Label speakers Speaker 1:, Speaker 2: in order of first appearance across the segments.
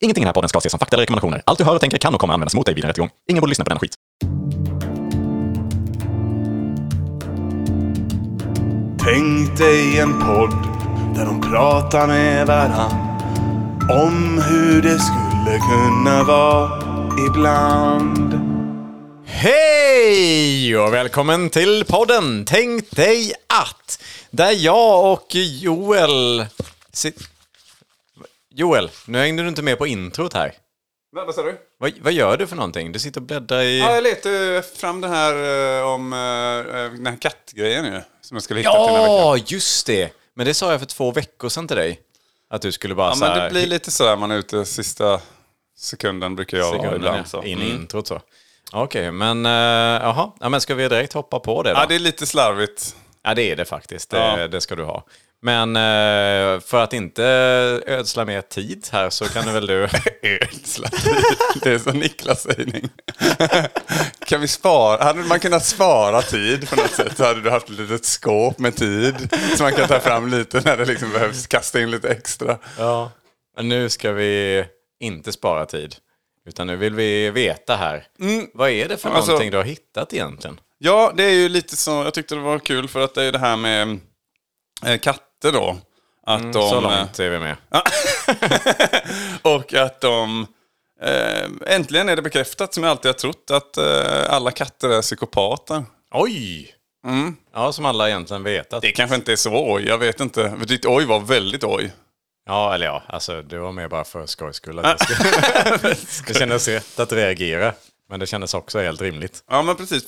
Speaker 1: Ingenting i den här podden ska ses som fakta eller rekommendationer. Allt du hör och tänker kan och kommer användas mot dig vid en rättegång. Ingen borde lyssna på den skit.
Speaker 2: Tänk dig en podd där de pratar med varann om hur det skulle kunna vara ibland.
Speaker 3: Hej och välkommen till podden Tänk dig att. Där jag och Joel... sit- Joel, nu hängde du inte med på introt här.
Speaker 4: Vad vad sa du?
Speaker 3: Vad, vad gör du för någonting? Du sitter och bläddrar i...
Speaker 4: Ja, jag letade fram den här eh, om eh, den här kattgrejen ju. Som jag skulle hitta till den här veckan.
Speaker 3: Ja, just det! Men det sa jag för två veckor sedan till dig. Att du skulle bara
Speaker 4: Ja,
Speaker 3: så
Speaker 4: men
Speaker 3: här,
Speaker 4: det blir lite sådär man är ute sista sekunden brukar jag vara
Speaker 3: sekunden,
Speaker 4: ibland.
Speaker 3: ja,
Speaker 4: Så. Mm.
Speaker 3: in i introt så. Okej, men eh, jaha. ja, men ska vi direkt hoppa på det då?
Speaker 4: Ja, det är lite slarvigt.
Speaker 3: Ja, det är det faktiskt. Det,
Speaker 4: Ja.
Speaker 3: det ska du ha. Men eh, för att inte ödsla mer tid här så kan du väl du...
Speaker 4: Ödsla tid. Det är som Niklas sägning. Kan vi spara? Hade man kunnat spara tid på något sätt så hade du haft ett litet skåp med tid. Så man kan ta fram lite när det liksom behövs. Kasta in lite extra.
Speaker 3: Ja. Men nu ska vi inte spara tid. Utan nu vill vi veta här. Vad är det för
Speaker 4: Alltså-
Speaker 3: någonting du har hittat egentligen?
Speaker 4: Ja, det är ju lite så. Jag tyckte det var kul för att det är det här med eh, katter då. Att de,
Speaker 3: Mm,
Speaker 4: eh,
Speaker 3: Så långt är vi med.
Speaker 4: Och att de... Eh, äntligen är det bekräftat som jag alltid har trott att eh, alla katter är psykopater.
Speaker 3: Oj! Ja, som alla egentligen vetat.
Speaker 4: Mm. Det kanske inte är så oj, jag vet inte. För ditt oj var väldigt oj.
Speaker 3: Ja, eller ja. Alltså, det var mer bara för skojs skull. Att jag skulle... det kändes rätt att reagera. Men det kändes också helt rimligt.
Speaker 4: Ja, men precis.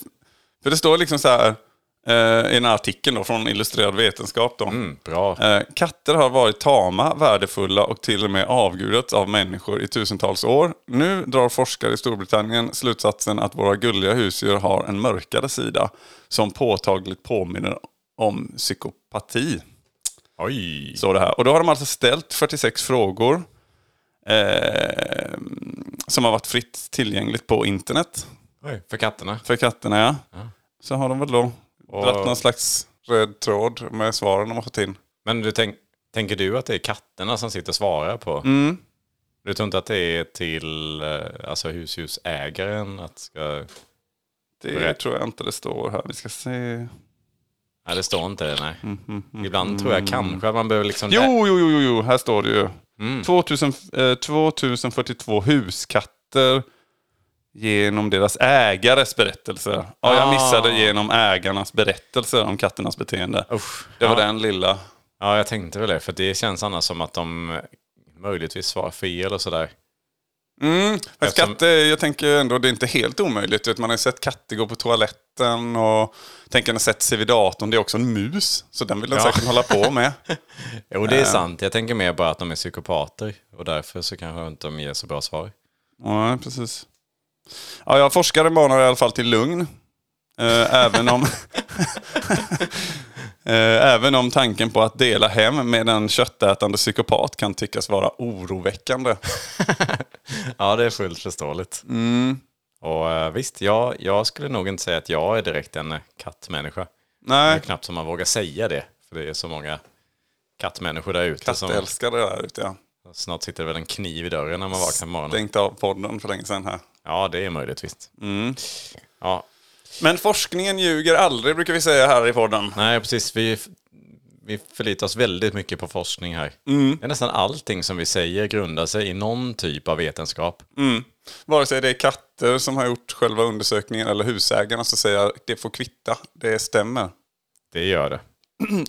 Speaker 4: För det står liksom så här eh, i den här artikeln då, från Illustrerad Vetenskap. Då.
Speaker 3: Mm, bra.
Speaker 4: Eh, Katter har varit tama, värdefulla och till och med avgudats av människor i tusentals år. Nu drar forskare i Storbritannien slutsatsen att våra gulliga husdjur har en mörkare sida som påtagligt påminner om psykopati.
Speaker 3: Oj!
Speaker 4: Så det här. Och då har de alltså ställt 46 frågor eh, som har varit fritt tillgängligt på internet
Speaker 3: Oj, för katterna.
Speaker 4: för katterna. Ja. Så har de väl då dragit någon slags röd tråd med svaren de har fått in.
Speaker 3: Men du tänk, tänker du att det är katterna som sitter och svarar på? Du tror inte att det är till eh, alltså, husdjursägaren? Att ska...
Speaker 4: Det
Speaker 3: Bra.
Speaker 4: tror jag inte det står här. Vi ska se. Mm,
Speaker 3: Nej, det står inte det. Nej. Ibland tror jag kanske att man behöver liksom...
Speaker 4: Jo, jo, jo, jo, jo. här står det ju.
Speaker 3: Mm.
Speaker 4: 2000, eh, 2042 huskatter genom deras ägares berättelser. Ja, jag
Speaker 3: Ah.
Speaker 4: missade genom ägarnas berättelser om katternas beteende.
Speaker 3: Usch.
Speaker 4: Det var
Speaker 3: ja.
Speaker 4: den lilla.
Speaker 3: ja, jag tänkte väl det. För det känns annars som att de eh, möjligtvis svarar fel och sådär.
Speaker 4: Mm, men
Speaker 3: Eftersom-
Speaker 4: katter, jag tänker ändå det är inte helt omöjligt. Vet, Man har ju sett katter gå på toaletten och tänker när sett sig vid datorn. Det är också en mus, så den vill den
Speaker 3: Ja.
Speaker 4: säkert hålla på med.
Speaker 3: Jo, det är sant. Jag tänker mer bara att de är psykopater. Och därför så kanske inte de ger så bra svar.
Speaker 4: Ja, precis. Ja, jag forskare manar i alla fall till lugn. Eh, även, om eh, även om tanken på att dela hem med en köttätande psykopat kan tyckas vara oroväckande.
Speaker 3: Ja, det är fullt förståeligt.
Speaker 4: Mm.
Speaker 3: Och eh, visst, jag, jag skulle nog inte säga att jag är direkt en eh, kattmänniska. Det är
Speaker 4: Nej,
Speaker 3: knappt som man vågar säga det, för det är så många kattmänniskor där ute. Som,
Speaker 4: kattälskare där ute ja.
Speaker 3: snart sitter det väl en kniv i dörren när man vaknar på morgonen.
Speaker 4: Stängt av podden för länge sedan här.
Speaker 3: Ja, det är möjligt visst. Ja,
Speaker 4: Men forskningen ljuger aldrig brukar vi säga här i podden.
Speaker 3: nej precis. Vi, f- vi förlitar oss väldigt mycket på forskning här. Det är nästan allting som vi säger grundar sig i någon typ av vetenskap.
Speaker 4: Vare sig det är katter som har gjort själva undersökningen eller husägarna så säger jag det får kvitta. Det stämmer.
Speaker 3: Det gör det.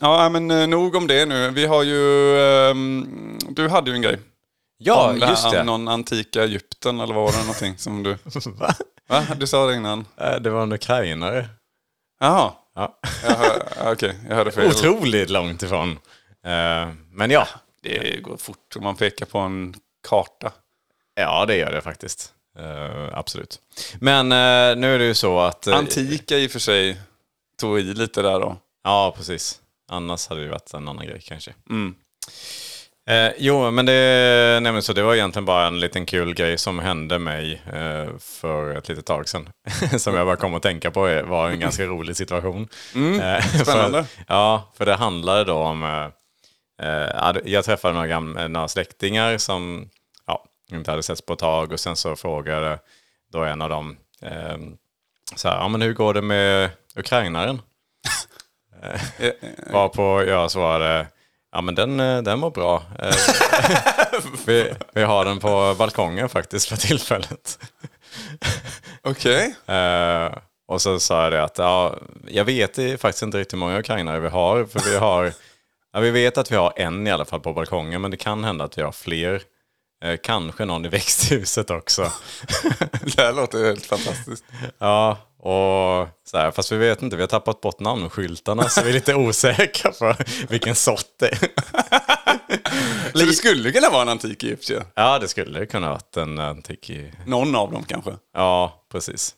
Speaker 4: Ja, men eh, nog om det nu. Vi har ju... ehm, du hade ju en grej.
Speaker 3: Ja,
Speaker 4: Om det här,
Speaker 3: just det.
Speaker 4: Någon antika Egypten eller vad var det någonting som du... Va? Du sa det innan.
Speaker 3: Eh, Det var en ukrainare.
Speaker 4: Jaha.
Speaker 3: Ja.
Speaker 4: Jag hör- Okej, jag hörde fel.
Speaker 3: Otroligt långt ifrån. Eh, Men ja,
Speaker 4: Det går fort om man pekar på en karta.
Speaker 3: ja det gör det faktiskt. Eh, absolut. Men eh, nu är det ju så att... eh,
Speaker 4: Antika i och för sig tog i lite där då.
Speaker 3: Ja, precis. Annars hade det ju varit en annan grej kanske. Eh, jo, men det, nej, men så det var egentligen bara en liten kul grej som hände mig eh, för ett litet tag sedan. som jag bara kom att tänka på eh, var en ganska rolig situation. Eh,
Speaker 4: spännande.
Speaker 3: För, ja, för det handlade då om... Eh, eh, jag träffade några, gam- några släktingar som... Ja, inte hade setts på ett tag. Och sen så frågade då en av dem eh, så här, ja men hur går det med ukrainaren?
Speaker 4: Eh,
Speaker 3: Varpå jag svarade, ja men den, eh, den var bra. Eh, vi, vi har den på balkongen faktiskt för tillfället.
Speaker 4: Okej.
Speaker 3: Eh, och så sa jag det att ja, jag vet i- faktiskt inte riktigt hur många ukrainare vi har. För vi har, ja, vi vet att vi har en i alla fall på balkongen, men det kan hända att vi har fler. Eh, kanske någon i växthuset också.
Speaker 4: Det här låter helt fantastiskt.
Speaker 3: ja, och så här, fast vi vet inte, vi har tappat bort namnskyltarna så vi är lite osäkra på vilken sort det är.
Speaker 4: Så det skulle kunna vara en antik Egypt ju.
Speaker 3: Ja, det skulle kunna ha varit en antik i
Speaker 4: Någon av dem kanske.
Speaker 3: Ja, precis.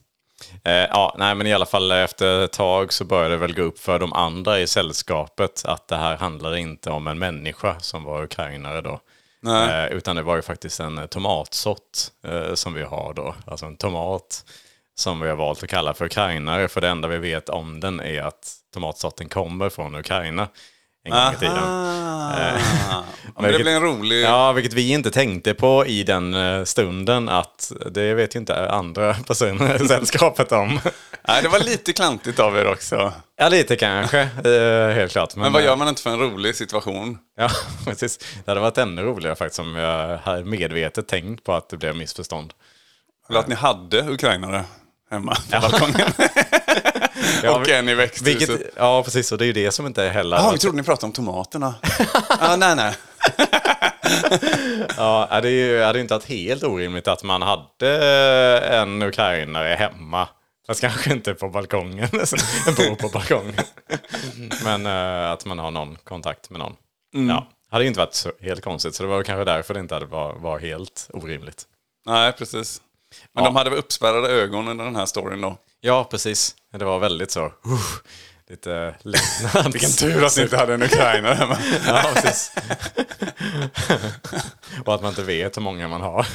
Speaker 3: Eh, ja, nej, men i alla fall efter ett tag så började det väl gå upp för de andra i sällskapet att det här handlade inte om en människa som var ukrainare då.
Speaker 4: Nej.
Speaker 3: Eh, utan det var ju faktiskt en eh, tomatsort eh, som vi har då, alltså en tomat som vi har valt att kalla för ukrainare. För det enda vi vet om den är att tomatsorten kommer från Ukraina en gång i tiden.
Speaker 4: Ah. Men det
Speaker 3: Vilket-
Speaker 4: blir en rolig...
Speaker 3: Ja, vilket vi inte tänkte på i den eh, stunden att det vet ju inte andra personer i sällskapet om.
Speaker 4: Nej, det var lite klantigt av er också.
Speaker 3: Ja, lite kanske, eh, helt klart.
Speaker 4: Men vad gör man inte för en rolig situation?
Speaker 3: Ja, precis. Det hade varit ännu roligare faktiskt om jag hade medvetet tänkt på att det blev missförstånd.
Speaker 4: Eller att ni hade ukrainare hemma på balkongen. Och en i växthuset.
Speaker 3: Vilket, ja, precis. Och det är ju det som inte heller...
Speaker 4: Ja, vi trodde ni pratade om tomaterna. ah, nej, nej.
Speaker 3: Ja, det är ju hade ju inte varit helt orimligt att man hade eh, en ukrainare hemma. Fast kanske inte på balkongen, en bor på balkongen. Men eh, att man har någon kontakt med någon. Ja, hade ju inte varit så helt konstigt, så det var kanske därför det inte hade var, var helt orimligt.
Speaker 4: Nej, precis. Men de hade väl uppspärrade ögon under den här storyn då.
Speaker 3: Ja, precis. Det var väldigt så... uff, lite lättnad. Vilken
Speaker 4: Tur att ni inte hade en ukrainare hemma.
Speaker 3: Ja, precis. Och att man inte vet hur många man har.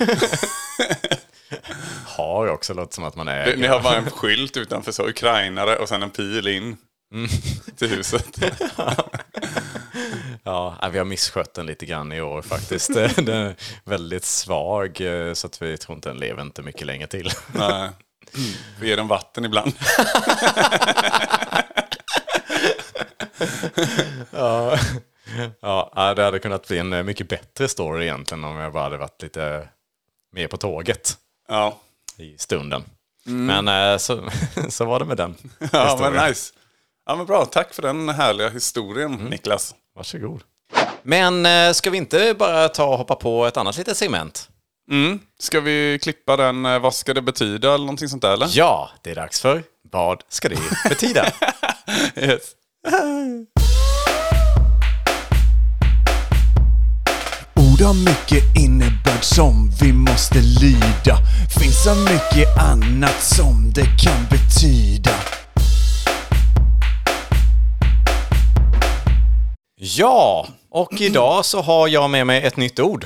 Speaker 3: Har också låter som att man äger.
Speaker 4: Ni har bara en skylt utanför så, ukrainare och sen en pil in Mm. till huset.
Speaker 3: Ja, nej, vi har misskött den lite grann i år faktiskt. den är väldigt svag eh, så att vi tror inte den lever inte mycket längre till.
Speaker 4: Nej. Vi ger dem vatten ibland.
Speaker 3: Ja, nej, det hade kunnat bli en eh, mycket bättre story egentligen om jag bara hade varit lite mer på tåget
Speaker 4: Ja,
Speaker 3: i stunden. Men eh, så, så var det med den.
Speaker 4: Mm. ja
Speaker 3: historien.
Speaker 4: men nice. Ja, men bra. Tack för den härliga historien, Niklas.
Speaker 3: Varsågod. Men eh, ska vi inte bara ta och hoppa på ett annat litet segment?
Speaker 4: Ska vi klippa den, eh, vad ska det betyda eller någonting sånt där eller?
Speaker 3: Ja, det är dags för Vad ska det betyda?
Speaker 4: Yes.
Speaker 2: Ord har mycket innebörd som vi måste lyda. Finns så mycket annat som det kan betyda.
Speaker 3: ja, och idag så har jag med mig ett nytt ord.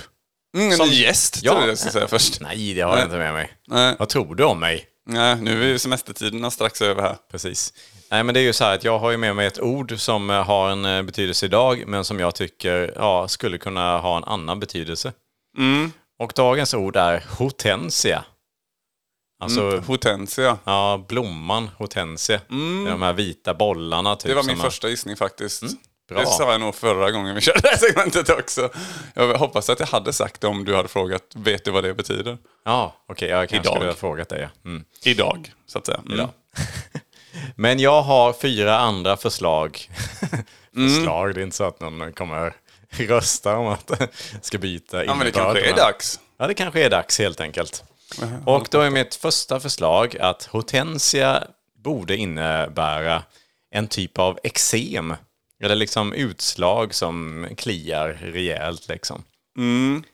Speaker 4: Mm, en
Speaker 3: Som-
Speaker 4: ny gäst
Speaker 3: Ja.
Speaker 4: tror jag jag ska säga först.
Speaker 3: Nej, det har jag inte med mig.
Speaker 4: Nej.
Speaker 3: Vad tror du om mig?
Speaker 4: Nej, nu är ju semestertiderna strax över här.
Speaker 3: Precis. Nej, men det är ju så här att jag har ju med mig ett ord som eh, har en eh, betydelse idag, men som jag tycker ja, skulle kunna ha en annan betydelse.
Speaker 4: Mm.
Speaker 3: Och dagens ord är hortensia. Alltså,
Speaker 4: Mm. Hortensia.
Speaker 3: ja, blomman hortensia. Det är De här vita bollarna. Typ,
Speaker 4: Mm. Det var
Speaker 3: som
Speaker 4: min
Speaker 3: har-
Speaker 4: första gissning faktiskt.
Speaker 3: bra.
Speaker 4: Det sa jag nog förra gången vi körde det här segmentet också. Jag hoppas att jag hade sagt det om du hade frågat, vet du vad det betyder?
Speaker 3: Ja, okej, jag kanske
Speaker 4: Idag.
Speaker 3: skulle ha frågat dig. ja. Mm.
Speaker 4: Idag, så att säga. Mm.
Speaker 3: Idag. Men jag har fyra andra förslag. förslag,
Speaker 4: Mm.
Speaker 3: det är inte så att någon kommer rösta om att ska byta
Speaker 4: Ja, men det
Speaker 3: innebörd,
Speaker 4: kanske är
Speaker 3: men-
Speaker 4: dags.
Speaker 3: Ja, det kanske är dags helt enkelt. Och då är mitt första förslag att hortensia borde innebära en typ av eksem. Eller liksom utslag som kliar rejält liksom.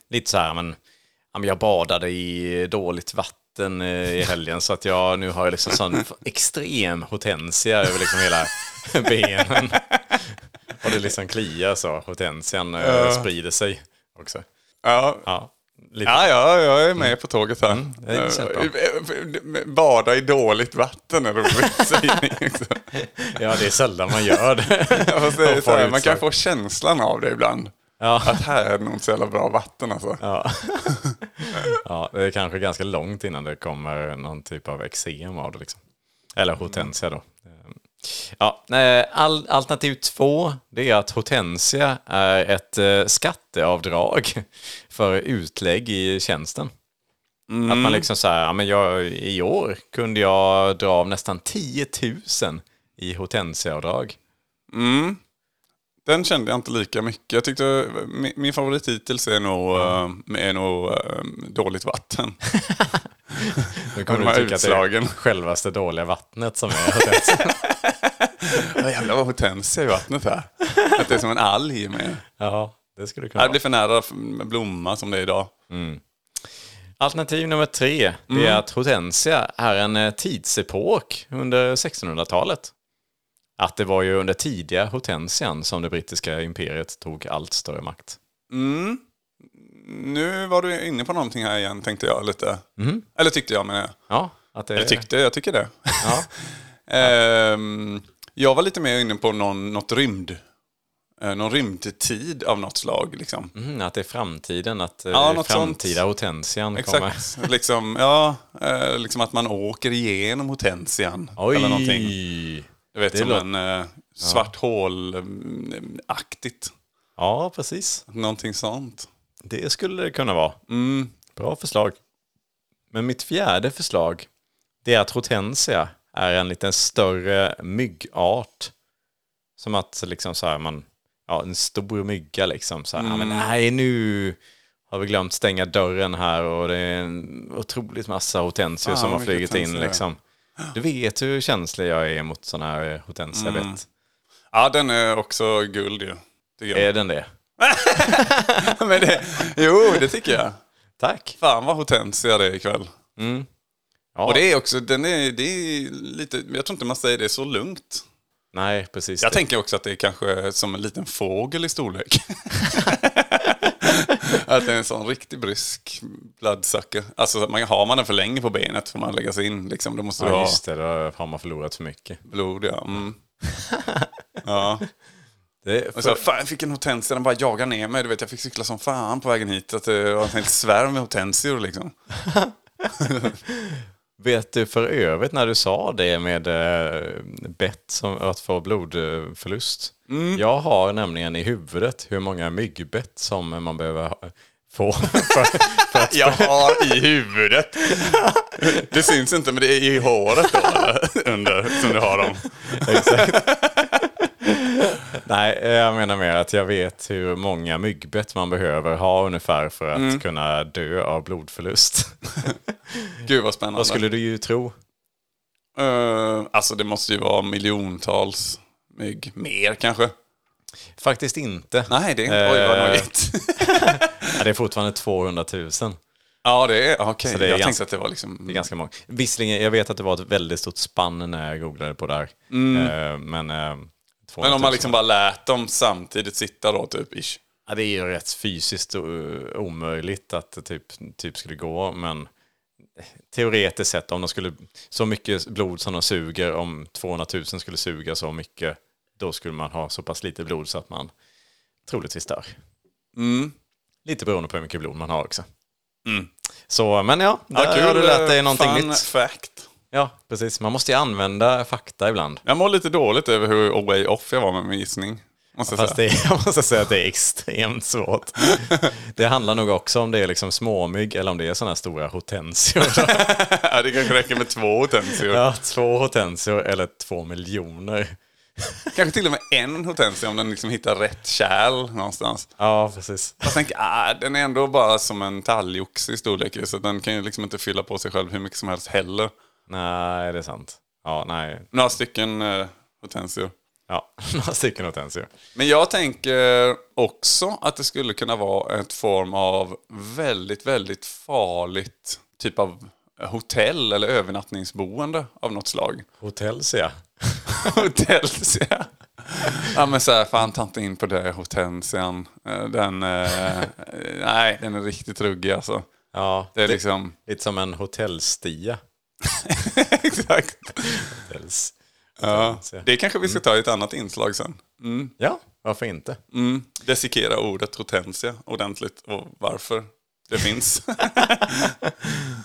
Speaker 3: Lite så här, men ja, men jag badade i dåligt vatten eh, i helgen så att jag nu har jag liksom sån f- extrem hortensia över liksom hela benen. Och det liksom kliar så, hortensian eh, sprider sig också.
Speaker 4: Ja.
Speaker 3: Ja, lite
Speaker 4: Ja, ja, jag är med på tåget här.
Speaker 3: det är så
Speaker 4: Eh, Bada i dåligt vatten är roligt. sägning också.
Speaker 3: Ja, det är sällan man gör det.
Speaker 4: Ja, fast det är
Speaker 3: Och
Speaker 4: så
Speaker 3: får
Speaker 4: här, man kan
Speaker 3: utslag.
Speaker 4: få känslan av det ibland.
Speaker 3: Ja.
Speaker 4: Att här är det nog inte så jävla bra vatten alltså.
Speaker 3: Ja. ja, det är kanske ganska långt innan det kommer någon typ av eksem av det. Liksom. Eller hortensia då. Ehm, Ja, eh, all, alternativ två det är att hortensia är ett eh, skatteavdrag för utlägg i tjänsten. Att man liksom så här, ja, men jag, i år kunde jag dra av nästan 10 000 i hortensiaavdrag.
Speaker 4: Den kände jag inte lika mycket. Jag tyckte, min, min favorit hittills är nog, eh, är nog eh, dåligt vatten.
Speaker 3: Nu
Speaker 4: De
Speaker 3: kommer du
Speaker 4: här
Speaker 3: tycka att det är
Speaker 4: utslagen.
Speaker 3: självaste dåliga vattnet som är hortensia.
Speaker 4: Ja, jävlar vad hortensia i vattnet här. Att det är som en alg med.
Speaker 3: Ja, det skulle
Speaker 4: Ja,
Speaker 3: kunna
Speaker 4: Det
Speaker 3: vara.
Speaker 4: blir för nära f- blomma som det är idag.
Speaker 3: Alternativ nummer tre, det är
Speaker 4: Mm.
Speaker 3: att hortensia är en eh, tidsepok under 1600-talet. Att det var ju under tidiga hortensian som det brittiska imperiet tog allt större makt.
Speaker 4: Nu var du inne på någonting här igen tänkte jag lite. Eller tyckte jag menar jag.
Speaker 3: Ja, att det...
Speaker 4: Eller tyckte, jag tycker det.
Speaker 3: Eh, Ja.
Speaker 4: Ehm, jag var lite mer inne på någon, något rymd. Eh, Någon rymdtid av något slag liksom.
Speaker 3: Mm, att det är framtiden, att eh,
Speaker 4: Ja, något
Speaker 3: framtida
Speaker 4: sånt.
Speaker 3: hortensian kommer.
Speaker 4: Exakt. liksom, ja, eh, liksom att man åker igenom Hortensian.
Speaker 3: Oj!
Speaker 4: Eller någonting. Jag vet,
Speaker 3: Det
Speaker 4: som
Speaker 3: lå-
Speaker 4: en eh, svart eh, hål-aktigt.
Speaker 3: Ja, precis.
Speaker 4: Någonting sånt.
Speaker 3: Det skulle det kunna vara. Mm, Bra förslag. Men mitt fjärde förslag, det är att hortensia är en liten större myggart. Som att liksom så här, man, ja, en stor mygga liksom. Så här, "Ja,
Speaker 4: Mm.
Speaker 3: men nej, nu har vi glömt stänga dörren här och det är en otroligt massa hortensior
Speaker 4: Fan,
Speaker 3: som har
Speaker 4: vad Ah, mycket
Speaker 3: flugit in
Speaker 4: hortensior.
Speaker 3: liksom. Du vet hur känslig jag är mot sådana här eh, hortensia,
Speaker 4: Mm.
Speaker 3: jag vet.
Speaker 4: Ja, den är också guld ju. Tycker jag.
Speaker 3: Är den det?
Speaker 4: Men det, jo, det tycker jag.
Speaker 3: Tack!
Speaker 4: Fan vad Hortensia det är ikväll.
Speaker 3: Ja.
Speaker 4: Och det är också, den är, det är lite, jag tror inte man säger det så lugnt.
Speaker 3: Nej, precis.
Speaker 4: Jag
Speaker 3: det.
Speaker 4: tänker också att det är kanske som en liten fågel i storlek. att det är en sån riktig brysk bloodsucker. Alltså att man, har man den för länge på benet får man lägga sig in liksom. Då måste det
Speaker 3: Ja,
Speaker 4: vara
Speaker 3: just det. Då har man förlorat för mycket.
Speaker 4: blod ja. Mm. ja.
Speaker 3: Det är
Speaker 4: Och så, fan, jag fick en hortensia, den bara jagade ner mig. Du vet, jag fick cykla som fan på vägen hit. Att det var en hel svärm med hortensior liksom.
Speaker 3: Vet du för övrigt när du sa det med eh, bett som att få blodförlust? Jag har nämligen i huvudet hur många myggbett som man behöver ha- få. för-
Speaker 4: Jag har i huvudet. Det syns inte, men det är i håret då, eller? under, som du har dem.
Speaker 3: Nej, eh, jag menar mer att jag vet hur många myggbett man behöver ha ungefär för att kunna dö av blodförlust.
Speaker 4: Gud vad spännande.
Speaker 3: Vad skulle du ju tro?
Speaker 4: Eh, alltså det måste ju vara miljontals mygg. Mer kanske?
Speaker 3: Faktiskt inte.
Speaker 4: Nej, det är inte. Oj, vad
Speaker 3: Eh,
Speaker 4: nojigt.
Speaker 3: ja, Det är fortfarande 200 000.
Speaker 4: ja, det är... Okej,
Speaker 3: så det är
Speaker 4: jag
Speaker 3: ganska-
Speaker 4: tänkte att det var liksom...
Speaker 3: Det är ganska många. Visserligen, jag vet att det var ett väldigt stort spann när jag googlade på det här. Eh, Men, eh, 200 000.
Speaker 4: Mm. Men om man liksom bara lät dem samtidigt sitta då, typ, ish.
Speaker 3: Ja, det är ju rätt fysiskt eh, omöjligt att det typ, typ skulle gå, men eh, teoretiskt sett om de skulle, så mycket blod som de suger, om 200 000 skulle suga så mycket, då skulle man ha så pass lite blod så att man troligtvis dör.
Speaker 4: Mm.
Speaker 3: Lite beroende på hur mycket blod man har också. Så, men ja, där har du lärt dig någonting
Speaker 4: eh, fun
Speaker 3: nytt.
Speaker 4: fact.
Speaker 3: Ja, precis. Man måste ju använda fakta ibland.
Speaker 4: Jag mår lite dåligt över hur way off jag var med min gissning. Måste jag
Speaker 3: Fast
Speaker 4: säga.
Speaker 3: det, jag måste säga att det är extremt svårt. Det handlar nog också om det är liksom småmygg eller om det är sådana här stora hortensior.
Speaker 4: Ja, det kanske räcker med två hortensior.
Speaker 3: Ja, två hortensior eller två miljoner.
Speaker 4: Kanske till och med en hortensia om den liksom hittar rätt kärl någonstans.
Speaker 3: Ja, precis.
Speaker 4: Jag tänker, ah, den är ändå bara som en talgoxe i storlek ju, så den kan ju liksom inte fylla på sig själv hur mycket som helst heller.
Speaker 3: Nej, det är sant. Ja, nej.
Speaker 4: Några stycken eh, hortensior.
Speaker 3: Ja, några stycken hortensior.
Speaker 4: Men jag tänker också att det skulle kunna vara ett form av väldigt, väldigt farligt typ av hotell eller övernattningsboende av något slag.
Speaker 3: Hortensia.
Speaker 4: Hortensia. Ja men så här, fan ta inte in på det Hortensian. Eh, Den, eh, nej den är riktigt ruggig alltså.
Speaker 3: Ja,
Speaker 4: Det är liksom,
Speaker 3: lite som en hotellstia.
Speaker 4: exakt.
Speaker 3: Hotels.
Speaker 4: Mm. Ja. Det kanske vi ska ta i ett annat inslag sen.
Speaker 3: Ja, Varför inte?
Speaker 4: Mm. Dissekera ordet hortensia ordentligt och varför det finns.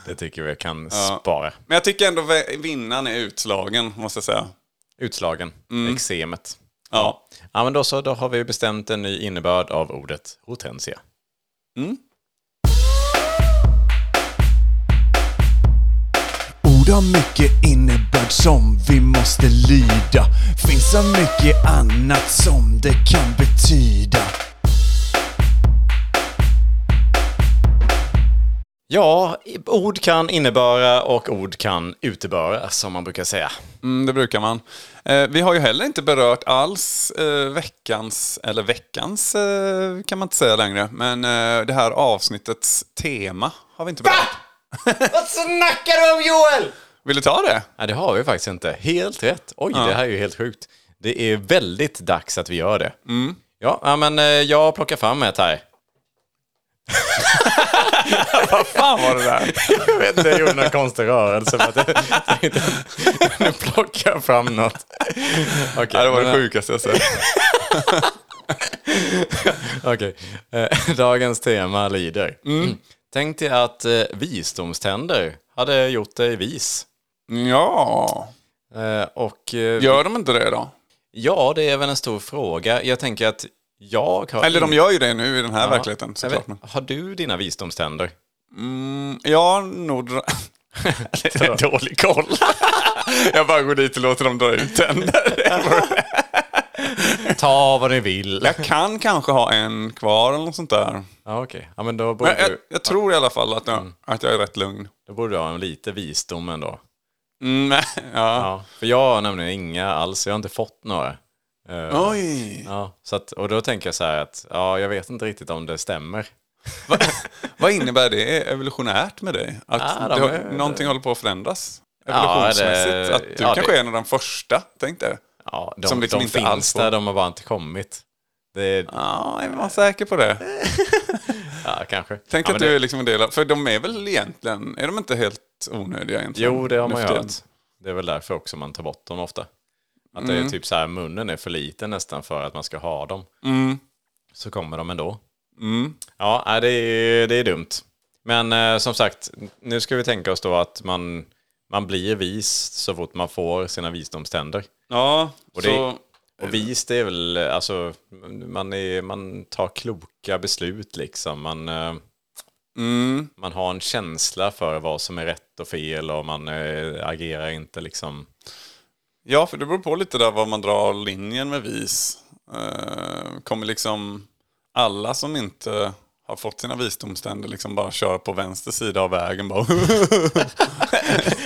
Speaker 3: Det tycker vi kan spara.
Speaker 4: Men jag tycker ändå vä- vinnaren är utslagen, måste jag säga.
Speaker 3: Utslagen. Eksemet.
Speaker 4: Ja.
Speaker 3: Ja, men då så. Då har vi bestämt en ny innebörd av ordet hortensia.
Speaker 2: Ord har mycket innebörd som vi måste lyda. Finns så mycket annat som det kan betyda.
Speaker 3: Ja, i- ord kan innebära och ord kan uteböra, som man brukar säga.
Speaker 4: Mm, det brukar man. Eh, vi har ju heller inte berört alls eh, veckans, eller veckans eh, kan man inte säga längre, men eh, det här avsnittets tema har vi inte berört.
Speaker 3: Vad snackar du om Joel?
Speaker 4: Vill du ta det?
Speaker 3: Ja, det har vi faktiskt inte. Helt rätt. Oj, det här är ju helt sjukt. Det är väldigt dags att vi gör det.
Speaker 4: Mm.
Speaker 3: Ja, ja, men eh, jag plockar fram ett här.
Speaker 4: Fan var det där?
Speaker 3: Jag vet inte, jag gjorde någon konstig rörelse. För att jag tänkte, nu plockar jag fram något. Okej,
Speaker 4: Ja, det var det
Speaker 3: men- eh,
Speaker 4: sjukaste jag sett.
Speaker 3: Okej. Eh, Dagens tema lyder. Mm. Tänk dig att eh, visdomständer hade gjort dig vis.
Speaker 4: Ja,
Speaker 3: Eh, och eh, ja.
Speaker 4: gör de inte det då?
Speaker 3: det är väl en stor fråga. Jag tänker att jag har...
Speaker 4: Eller de
Speaker 3: in-
Speaker 4: gör ju det nu i den här
Speaker 3: Ja,
Speaker 4: verkligheten
Speaker 3: jag
Speaker 4: såklart.
Speaker 3: vet- Har du dina visdomständer?
Speaker 4: Mm, ja, nog... dra-
Speaker 3: Det är dålig koll.
Speaker 4: jag bara går dit och låter dem dra ut tänder.
Speaker 3: Ta vad ni vill.
Speaker 4: Jag kan kanske ha en kvar eller något sånt där.
Speaker 3: Ja, okej. Ja, men då borde,
Speaker 4: Men eh, jag,
Speaker 3: du, Mm.
Speaker 4: jag tror i alla fall att jag, att jag är rätt lugn.
Speaker 3: då borde du ha en lite visdom ändå.
Speaker 4: Mm, ja.
Speaker 3: Ja. För jag har nämligen inga alls. Jag har inte fått några. Eh,
Speaker 4: Oj!
Speaker 3: Ja, så att, och då tänker jag så här att ja, jag vet inte riktigt om det stämmer.
Speaker 4: Vad, vad innebär det evolutionärt med dig? Att
Speaker 3: Ah,
Speaker 4: det,
Speaker 3: de
Speaker 4: har-
Speaker 3: är-
Speaker 4: någonting håller på att förändras?
Speaker 3: Ja,
Speaker 4: Evolutionsmässigt?
Speaker 3: det-
Speaker 4: att du
Speaker 3: ja, det-
Speaker 4: kanske är en av de första, tänk dig.
Speaker 3: Ja, de,
Speaker 4: Som liksom
Speaker 3: de
Speaker 4: inte
Speaker 3: finns
Speaker 4: alls får-
Speaker 3: där, de har bara inte kommit. Det är, ja.
Speaker 4: Ja, jag var säker på det.
Speaker 3: kanske.
Speaker 4: Tänk
Speaker 3: ja,
Speaker 4: att
Speaker 3: men
Speaker 4: du
Speaker 3: det,
Speaker 4: är liksom en del av... För de är väl egentligen... Är de inte helt onödiga egentligen?
Speaker 3: Jo, det har man
Speaker 4: nu
Speaker 3: ju
Speaker 4: för tiden?
Speaker 3: hört. Det är väl därför också man tar bort dem ofta. Att det är typ så här, munnen är för liten nästan för att man ska ha dem. Så kommer de ändå. Ja, nej, det är, det är dumt. Men eh, som sagt, nu ska vi tänka oss då att man, man blir vis så fort man får sina visdomständer.
Speaker 4: Ja,
Speaker 3: Och det-
Speaker 4: så...
Speaker 3: Och vis det är väl, alltså, man, är, man tar kloka beslut liksom. Man, eh,
Speaker 4: Mm,
Speaker 3: man har en känsla för vad som är rätt och fel och man eh, agerar inte liksom.
Speaker 4: ja, för det beror på lite där var man drar linjen med vis. Eh, kommer liksom alla som inte har fått sina visdomständer liksom bara köra på vänster sida av vägen bara...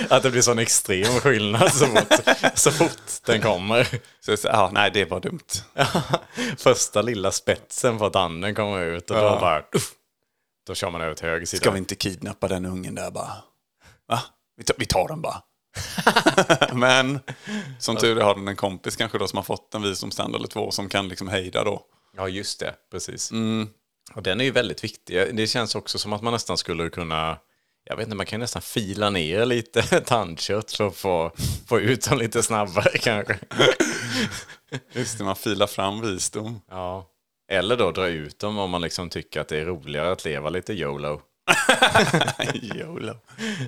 Speaker 3: Att det blir sån extrem skillnad så fort, så fort den kommer.
Speaker 4: så jag säger, ah, nej det var dumt.
Speaker 3: Första lilla spetsen på att anden kommer ut och
Speaker 4: Ja.
Speaker 3: då bara... Uff, då kör man över till höger sida.
Speaker 4: Ska vi inte kidnappa den ungen där bara? Va? Vi tar, vi tar den bara. Men som tur är har den en kompis kanske då som har fått en visdomständ eller två som kan liksom hejda då.
Speaker 3: Ja, just det. Precis. Och den är ju väldigt viktig. Det känns också som att man nästan skulle kunna... Jag vet inte, man kan ju nästan fila ner lite tandkött för att få, få ut dem lite snabbare kanske.
Speaker 4: Just det, man filar fram visdom.
Speaker 3: Ja. Eller då dra ut dem om man liksom tycker att det är roligare att leva lite YOLO.
Speaker 4: YOLO.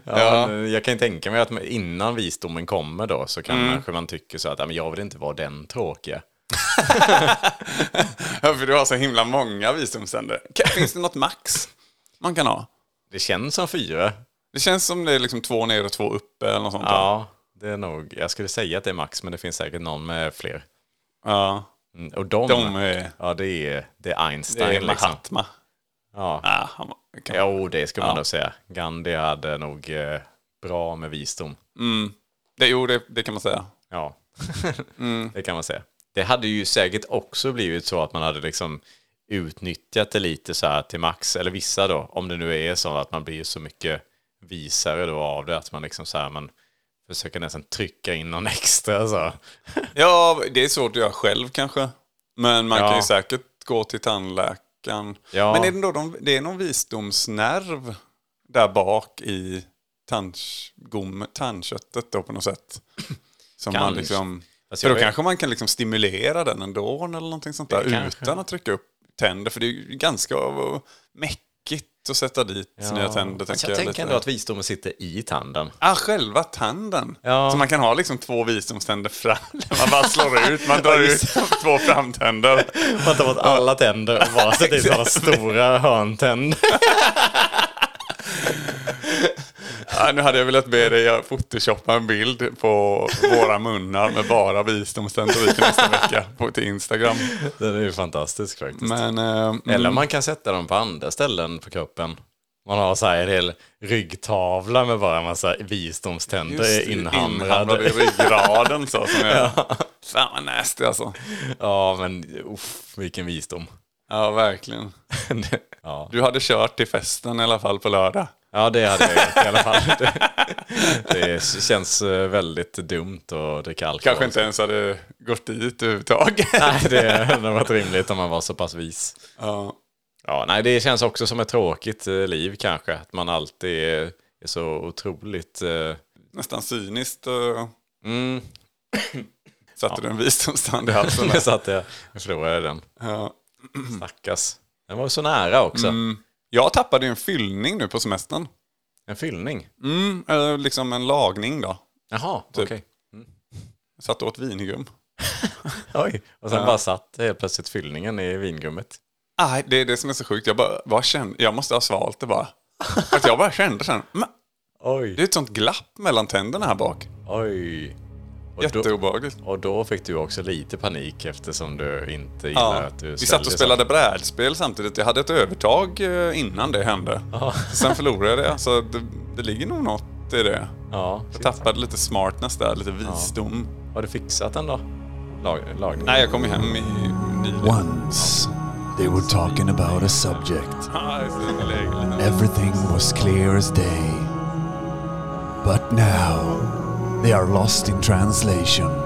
Speaker 3: Ja,
Speaker 4: Ja.
Speaker 3: men Jag kan ju tänka mig att man- innan visdomen kommer då så kan kanske man tycker så att "Ja, men jag vill inte vara den tråkiga.
Speaker 4: Ja, för du har så himla många visdomständer. Kan- Finns det något max man kan ha?
Speaker 3: Det känns som fyra.
Speaker 4: Det känns som det är liksom två ner och två uppe eller något sånt. där.
Speaker 3: Ja, det är nog. Jag skulle säga att det är max, men det finns säkert någon med fler.
Speaker 4: ja.
Speaker 3: Mm, Och de,
Speaker 4: De är...
Speaker 3: Ja, det är, det är
Speaker 4: Det
Speaker 3: Einstein
Speaker 4: är
Speaker 3: liksom.
Speaker 4: Mahatma.
Speaker 3: Ja.
Speaker 4: Ja, han var- kan-
Speaker 3: Jo, det ska man
Speaker 4: Ja.
Speaker 3: nog säga. Gandhi hade nog eh, bra med visdom.
Speaker 4: det, jo, det, det kan man säga.
Speaker 3: Ja, det kan man säga. Det hade ju säkert också blivit så att man hade liksom utnyttjat det lite så här till max, eller vissa då, om det nu är så att man blir så mycket visare då av det, att man liksom så här, man försöker nästan trycka in någon extra så.
Speaker 4: Ja, det är svårt att göra själv kanske. Men man
Speaker 3: Ja.
Speaker 4: kan ju säkert gå till tandläkaren.
Speaker 3: Ja.
Speaker 4: Men är det, då de, det är någon visdomsnerv där bak i tandgom, tandköttet då på något sätt. Som man
Speaker 3: Kanske.
Speaker 4: liksom...
Speaker 3: Fast
Speaker 4: För då
Speaker 3: jag vet-
Speaker 4: kanske man kan liksom stimulera den ändå eller någonting sånt där
Speaker 3: Det kanske.
Speaker 4: utan att trycka upp tänder. För det är ju ganska uh, mäckigt att sätta dit nya tänder.
Speaker 3: Fast
Speaker 4: Tänker
Speaker 3: Alltså, jag tänker
Speaker 4: lite.
Speaker 3: ändå att visdomen sitter i tanden.
Speaker 4: Ah, själva tanden.
Speaker 3: Ja.
Speaker 4: Så man kan ha liksom två visdomständer fram. Man bara slår ut, man drar
Speaker 3: Ja,
Speaker 4: ut
Speaker 3: just
Speaker 4: två framtänder.
Speaker 3: Man tar bort alla tänder och bara sätter i sådana stora hörntänder.
Speaker 4: Ah, nu hade jag velat be dig att photoshoppa en bild på våra munnar med bara visdomständer i till nästa vecka på, till Instagram.
Speaker 3: Den är ju fantastisk faktiskt.
Speaker 4: Men, eh, mm.
Speaker 3: Eller man kan sätta dem på andra ställen på kroppen. Man har så här en hel ryggtavla med bara en massa visdomständer
Speaker 4: Just det,
Speaker 3: inhamrade.
Speaker 4: i ryggraden så. Som är, Fan vad nasty alltså.
Speaker 3: Ja, men uff, vilken visdom.
Speaker 4: Ja, verkligen.
Speaker 3: ja.
Speaker 4: Du hade kört till festen i alla fall på lördag.
Speaker 3: ja, det hade jag gjort i alla fall. Det, det känns eh, väldigt dumt att dricka alkohol.
Speaker 4: Kanske inte ens hade gått dit överhuvudtaget.
Speaker 3: Nej, det hade varit rimligt om man var så pass vis.
Speaker 4: Ja.
Speaker 3: Ja, nej, det känns också som ett tråkigt eh, liv kanske. Att man alltid är, är så otroligt... Eh,
Speaker 4: Nästan cyniskt eh,
Speaker 3: mm,
Speaker 4: satte du en visdomstand i halsen. där.
Speaker 3: så att jag jag förlorade den.
Speaker 4: ja.
Speaker 3: Stackars. Den var ju så nära också.
Speaker 4: Jag tappade ju en fyllning nu på semestern.
Speaker 3: En fyllning.
Speaker 4: Mm, eh, liksom en lagning då.
Speaker 3: Jaha, okej.
Speaker 4: Jag satt och åt vingum.
Speaker 3: Oj, och sen bara satt helt plötsligt fyllningen i vingummet.
Speaker 4: Nej, det är det som är så sjukt. Jag, bara, bara kände, jag måste ha svalt det bara. Att jag bara kände sen, "Men, det
Speaker 3: Oj,
Speaker 4: är ett sånt glapp mellan tänderna här bak.
Speaker 3: oj. Och då,
Speaker 4: Jätteobehagligt.
Speaker 3: och då fick du också lite panik eftersom du inte gillar
Speaker 4: Ja.
Speaker 3: att du
Speaker 4: Vi
Speaker 3: sväljer
Speaker 4: satt och spelade brädspel samtidigt. Jag hade ett övertag eh, innan det hände. Sen förlorade jag det. Så det, det ligger nog något i det.
Speaker 3: saker. Ja,
Speaker 4: Jag
Speaker 3: shit.
Speaker 4: tappade lite smartness där, lite visdom.
Speaker 3: Har du fixat den då? Lag, lagningen?
Speaker 4: Nej, jag kom ju hem i nyligen.
Speaker 5: Once, they were talking about a subject.
Speaker 4: Ah, just det, den lägen, lite-
Speaker 3: Mm.
Speaker 5: Everything was clear as day. But now, they are lost in translation.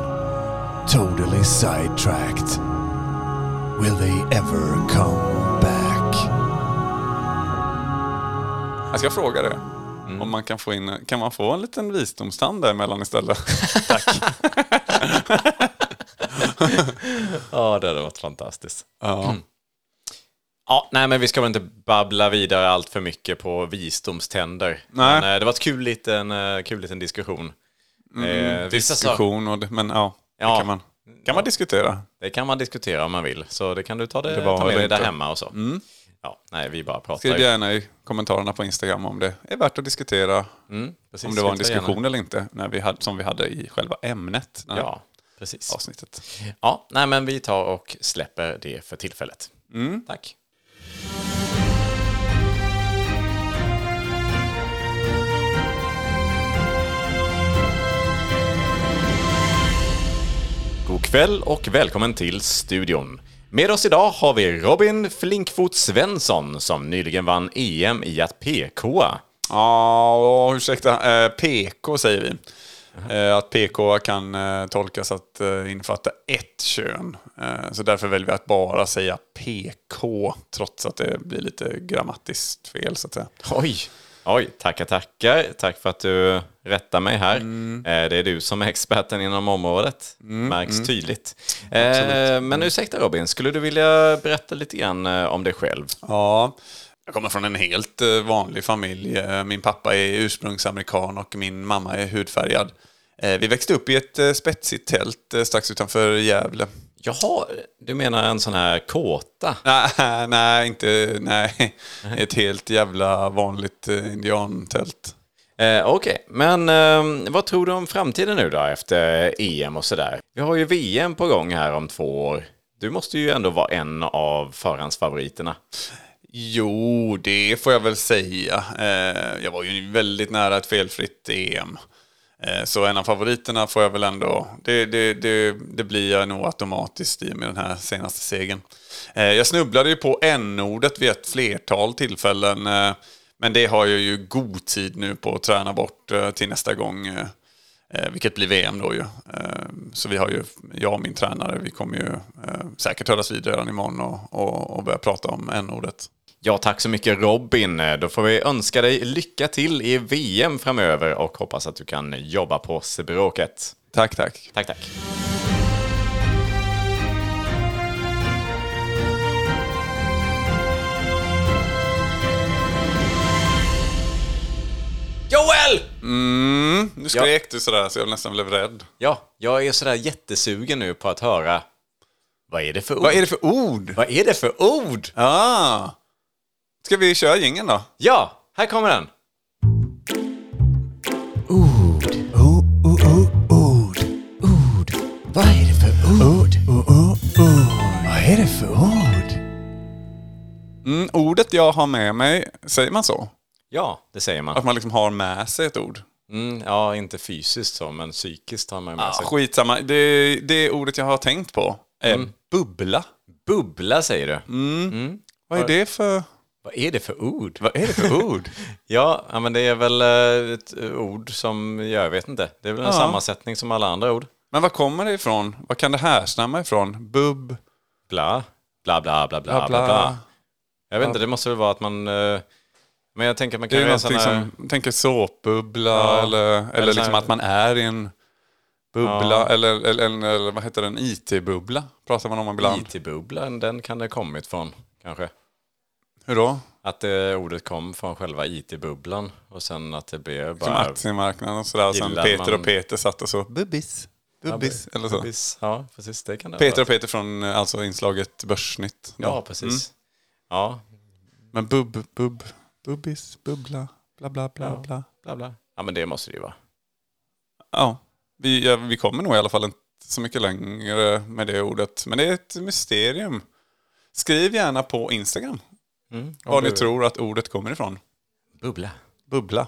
Speaker 5: Totally sidetracked. Will they ever come back?
Speaker 4: Jag ska fråga det.
Speaker 3: Mm.
Speaker 4: Om man kan få in, kan man få en liten visdomstand däremellan istället?
Speaker 3: Ja, det hade varit fantastiskt.
Speaker 4: Ja.
Speaker 3: Mm. Ja, nej, men vi ska väl inte babbla vidare allt för mycket på visdomständer.
Speaker 4: Nej.
Speaker 3: Men, eh, det var ett kul liten, eh, kul liten diskussion. Eh, vissa saker-
Speaker 4: Diskussion och det, men ja,
Speaker 3: Ja.
Speaker 4: Det kan man, kan man diskutera.
Speaker 3: Det kan man diskutera om man vill, så det kan du ta, det,
Speaker 4: Det var Mm.
Speaker 3: ta med
Speaker 4: väl
Speaker 3: dig där
Speaker 4: inte.
Speaker 3: hemma och så. Ja, nej, vi bara pratar.
Speaker 4: Skriv
Speaker 3: ju.
Speaker 4: gärna i kommentarerna på Instagram om det är värt att diskutera.
Speaker 3: Precis,
Speaker 4: Om det var en
Speaker 3: skriv gärna.
Speaker 4: diskussion eller inte, när vi hade, som vi hade i själva ämnet. det här
Speaker 3: Ja, precis.
Speaker 4: Avsnittet.
Speaker 3: Ja, nej, men vi tar och släpper det för tillfället. Tack. God kväll och välkommen till studion. Med oss idag har vi Robin Flinkfot Svensson som nyligen vann EM i att PKa.
Speaker 4: Ja, och ursäkta. Eh, PK säger vi. Eh, att PK kan eh, tolkas att eh, innefatta ett kön. Eh, så därför väljer vi att bara säga PK, trots att det blir lite grammatiskt fel så att säga.
Speaker 3: Oj! Oj, tackar, tackar. Tack för att du rättar mig här. Eh, Det är du som är experten inom området. Märks tydligt. Eh, men ursäkta Robin, skulle du vilja berätta lite grann eh, om dig själv?
Speaker 4: Ja, jag kommer från en helt eh, vanlig familj. Eh, Min pappa är ursprungsamerikan och min mamma är hudfärgad. Eh, Vi växte upp i ett eh, spetsigt tält eh, strax utanför Gävle.
Speaker 3: Jaha, du menar en sån här kåta?
Speaker 4: Nej, nej, inte, nej. Ett helt jävla vanligt eh, indiantält.
Speaker 3: Eh, Okej, men eh, vad tror du om framtiden nu då efter EM och sådär? Vi har ju VM på gång här om två år. Du måste ju ändå vara en av förhandsfavoriterna.
Speaker 4: Jo, det får jag väl säga. Eh, Jag var ju väldigt nära ett felfritt EM. Eh, Så en av favoriterna får jag väl ändå... Det, det, det, det blir jag nog automatiskt i och med den här senaste segern. Eh, Jag snubblade ju på n-ordet vid ett flertal tillfällen. eh, Men det har jag ju god tid nu på att träna bort eh, till nästa gång. eh, eh, Vilket blir VM då ju. Eh, Så vi har ju, jag och min tränare, vi kommer ju eh, säkert höras vid redan imorgon och, och, och börja prata om n-ordet.
Speaker 3: Ja, tack så mycket Robin. Då får vi önska dig lycka till i VM framöver och hoppas att du kan jobba på språket.
Speaker 4: Tack, tack.
Speaker 3: Tack, tack. Jävel!
Speaker 4: Mm, nu skrek du sådär så jag nästan blev rädd.
Speaker 3: Ja, jag är sådär jättesugen nu på att höra. Vad är det för ord?
Speaker 4: Vad är det för ord?
Speaker 3: Vad är det för ord?
Speaker 4: Ah. Ska vi köra jingeln då?
Speaker 3: Ja, här kommer den.
Speaker 5: Oh, oh, oh, ord. Ord. Vad är det för ord? Oh, oh, ord. Vad är det för ord?
Speaker 4: Mm, ordet jag har med mig, säger man så?
Speaker 3: Ja, det säger man.
Speaker 4: Att man liksom har med sig ett ord?
Speaker 3: Mm, ja, inte fysiskt så, men psykiskt har man ju med
Speaker 4: Ah,
Speaker 3: sig.
Speaker 4: Alltså, Skitsamma, det, det ordet jag har tänkt på Eh, är bubbla.
Speaker 3: Mm. Bubbla säger du.
Speaker 4: Vad är det för...
Speaker 3: Vad är det för ord?
Speaker 4: Vad är det för ord?
Speaker 3: Ja, ja, men det är väl eh, ett ord som, jag vet inte, det är väl en sammansättning som alla andra ord.
Speaker 4: Men var kommer det ifrån? Vad kan det härstamma ifrån? Bubb...
Speaker 3: Bla, bla, bla, bla, bla,
Speaker 4: Bla,
Speaker 3: bla, bla.
Speaker 4: bla.
Speaker 3: Jag vet inte, det måste väl vara att man... eh, Men jag tänker att man
Speaker 4: Det
Speaker 3: kan
Speaker 4: är
Speaker 3: göra
Speaker 4: någonting
Speaker 3: sådana...
Speaker 4: som, tänker såpbubbla eller, eller,
Speaker 3: Eller
Speaker 4: liksom
Speaker 3: sån-
Speaker 4: att man är i en bubbla eller, eller, eller, eller vad heter den, IT-bubbla pratar man om ibland.
Speaker 3: IT-bubblan, den kan det ha kommit från, kanske.
Speaker 4: Hur då?
Speaker 3: Att det ordet kom från själva IT-bubblan och sen att det
Speaker 4: Som
Speaker 3: blev bara...
Speaker 4: aktiemarknaden och sådär. Sen
Speaker 3: Gillar
Speaker 4: Peter
Speaker 3: man-
Speaker 4: och Peter satt och så bubbis, bubbis eller så.
Speaker 3: Precis, Ja, precis, det kan det
Speaker 4: Peter
Speaker 3: vara.
Speaker 4: och Peter från eh, alltså inslaget Börsnytt. då.
Speaker 3: Ja, precis.
Speaker 4: Mm.
Speaker 3: Ja,
Speaker 4: Men bubb, bubb, bubbis, bubbla, bla bla bla bla.
Speaker 3: bla bla. Ja, men det måste det ju vara.
Speaker 4: Ja, vi, ja, vi kommer nog i alla fall inte så mycket längre med det ordet. Men det är ett mysterium. Skriv gärna på Instagram var ni tror att ordet kommer ifrån.
Speaker 3: Mm. Bubbla.
Speaker 4: Bubbla.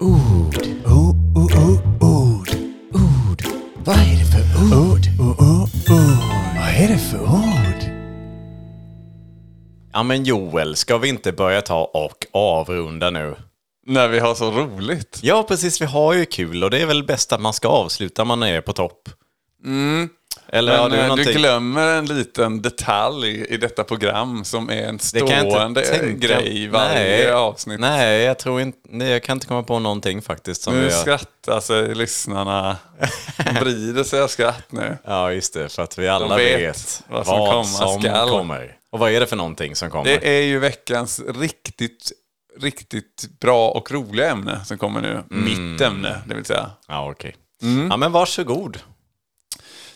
Speaker 5: Oh, oh, oh, ord. Ord. Vad är det för ord? Oh, oh, ord. Vad är det för ord?
Speaker 3: Ja, men Joel, ska vi inte börja ta och avrunda nu?
Speaker 4: När vi har så roligt.
Speaker 3: Ja, precis, vi har ju kul och det är väl bäst att man ska avsluta man är på topp. Eller har
Speaker 4: Mm. Men
Speaker 3: du
Speaker 4: eh, du,
Speaker 3: någonting?
Speaker 4: glömmer en liten detalj i detta program som är en
Speaker 3: det kan jag
Speaker 4: stående
Speaker 3: inte
Speaker 4: eh,
Speaker 3: tänka.
Speaker 4: grej i varje
Speaker 3: Nej.
Speaker 4: avsnitt.
Speaker 3: Nej, jag tror inte... Nej, jag kan inte komma på någonting faktiskt. Som
Speaker 4: Nu
Speaker 3: vi har...
Speaker 4: skrattar sig lyssnarna. De vrider sig av skratt nu.
Speaker 3: Ja, just det, för att vi alla
Speaker 4: De vet
Speaker 3: vet,
Speaker 4: vad som komma skall.
Speaker 3: kommer. Och vad är det för någonting som kommer?
Speaker 4: Det är ju veckans riktigt, riktigt bra och roliga ämne som kommer nu.
Speaker 3: Mm.
Speaker 4: Mitt ämne, det vill säga.
Speaker 3: Ja, okej.
Speaker 4: Mm.
Speaker 3: Ja, men varsågod.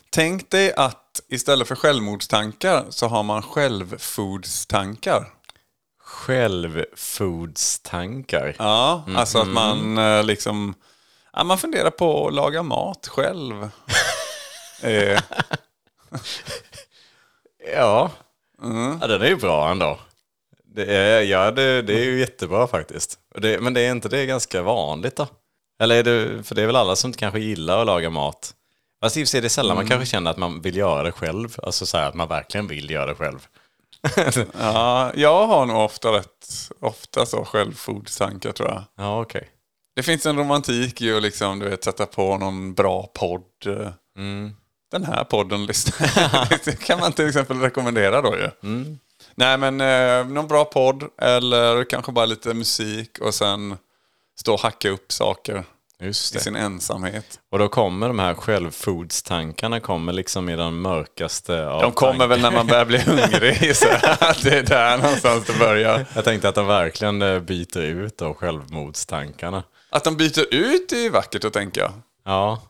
Speaker 4: Tänk dig att istället för självmordstankar så har man självfoodstankar.
Speaker 3: Självfoodstankar.
Speaker 4: Ja, alltså att
Speaker 3: Mhm.
Speaker 4: man eh, liksom... Ja, man funderar på att laga mat själv. eh,
Speaker 3: Ja.
Speaker 4: Mm-hmm.
Speaker 3: ja, den är ju bra ändå. Det är, ja, det, det är ju jättebra faktiskt. Och Det, men det är inte det ganska vanligt då? Eller är det, för det är väl alla som inte kanske gillar att laga mat. Fast i och för sig är det sällan
Speaker 4: Mm.
Speaker 3: man kanske känner att man vill göra det själv. Alltså så här att man verkligen vill göra det själv.
Speaker 4: ja, jag har nog ofta rätt ofta så självfoodstankar tror jag.
Speaker 3: Ja, okej.
Speaker 4: Det finns en romantik i att liksom, du vet, sätta på någon bra podd. eh,
Speaker 3: Mm.
Speaker 4: Den här podden lyssnar jag. Det kan man till exempel rekommendera då ju.
Speaker 3: Mm.
Speaker 4: Nej men eh, någon bra podd eller kanske bara lite musik och sen stå och hacka upp saker
Speaker 3: Just
Speaker 4: i
Speaker 3: det.
Speaker 4: sin ensamhet.
Speaker 3: Och då kommer de här självfoodstankarna kommer liksom i den mörkaste av
Speaker 4: De kommer
Speaker 3: tankar.
Speaker 4: väl när man börjar bli hungrig. Så att det är där någonstans det börjar.
Speaker 3: Jag tänkte att de verkligen eh, byter ut då självmordstankarna.
Speaker 4: Att de byter ut är ju vackert att tänka.
Speaker 3: Ja,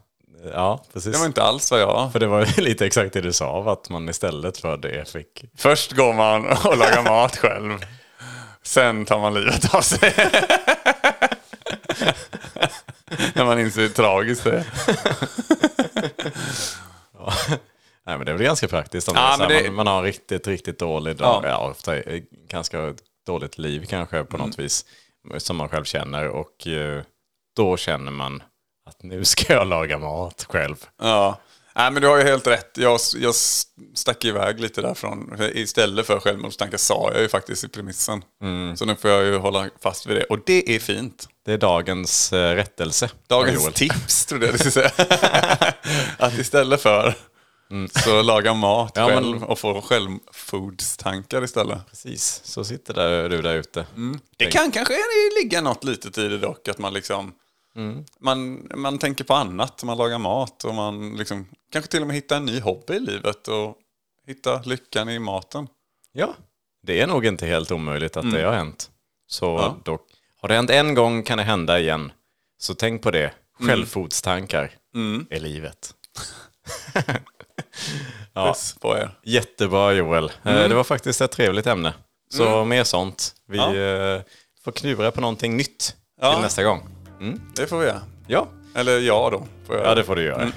Speaker 3: ja precis.
Speaker 4: Det var inte alls vad jag...
Speaker 3: För det var ju lite exakt det du sa, av att man istället för det fick...
Speaker 4: Först går man och lagar mat själv. Sen tar man livet av sig. När man inser hur tragiskt det är.
Speaker 3: Nej men det är väl ganska praktiskt om
Speaker 4: Ja,
Speaker 3: det är så
Speaker 4: men
Speaker 3: här,
Speaker 4: det-
Speaker 3: man, man har en riktigt, riktigt dålig dag. Ja. ofta eh, ganska dåligt liv kanske på
Speaker 4: Mm.
Speaker 3: något vis. Som man själv känner och eh, då känner man att nu ska jag laga mat själv.
Speaker 4: Ja. Nej, men du har ju helt rätt. Jag, jag stack iväg lite därifrån. Istället för självmordstankar sa jag ju faktiskt i premissen. Så nu får jag ju hålla fast vid det. Och det är fint.
Speaker 3: Det är dagens eh, rättelse.
Speaker 4: Dagens
Speaker 3: av Joel.
Speaker 4: tips trodde jag du skulle säga. att istället för så laga mat
Speaker 3: Mm. Ja, men-
Speaker 4: själv och få självfoodstankar istället.
Speaker 3: Precis, så sitter där, du där ute.
Speaker 4: Det kan kanske ligga något litet i det dock, att man liksom...
Speaker 3: Mm.
Speaker 4: Man, man tänker på annat, man lagar mat och man liksom, kanske till och med hittar en ny hobby i livet och hittar lyckan i maten. Mm.
Speaker 3: Ja, det är nog inte helt omöjligt att det har hänt. Så då, Har det hänt en gång kan det hända igen. Så tänk på det.
Speaker 4: Mm.
Speaker 3: Självfotstankar är livet. ja,
Speaker 4: Puss på er.
Speaker 3: jättebra Joel. Eh,
Speaker 4: Mm.
Speaker 3: Det var faktiskt ett trevligt ämne. Så mer sånt. Vi eh, får knura på någonting nytt till
Speaker 4: Ja.
Speaker 3: nästa gång.
Speaker 4: Det får vi göra.
Speaker 3: Ja,
Speaker 4: Eller ja då. Får jag.
Speaker 3: ja det får du göra.
Speaker 4: Mm.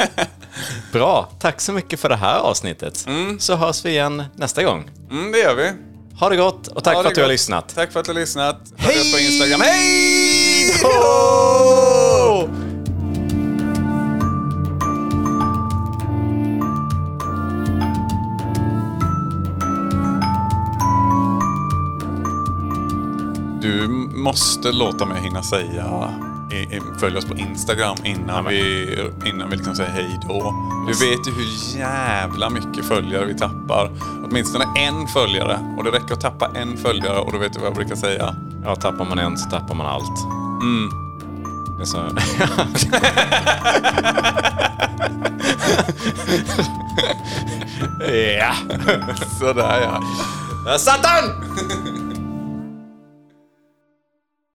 Speaker 3: Bra, tack så mycket för det här avsnittet. Så hörs vi igen nästa gång.
Speaker 4: Mm, det gör vi.
Speaker 3: Ha det gott och tack
Speaker 4: Ha
Speaker 3: för
Speaker 4: det
Speaker 3: att du har
Speaker 4: gott.
Speaker 3: lyssnat.
Speaker 4: Tack för att du har lyssnat. Följ oss på Instagram. Hej! Oh!
Speaker 3: då!
Speaker 4: Du måste låta mig hinna säga i- i- följ oss på Instagram innan vi, innan vi liksom säger hej då. Du vet ju hur jävla mycket följare vi tappar. Åtminstone en följare. Och det räcker att tappa en följare och då vet du vad jag brukar säga.
Speaker 3: Ja, tappar man en så tappar man allt. Det är så... ja.
Speaker 4: Sådär ja.
Speaker 3: Där satt den!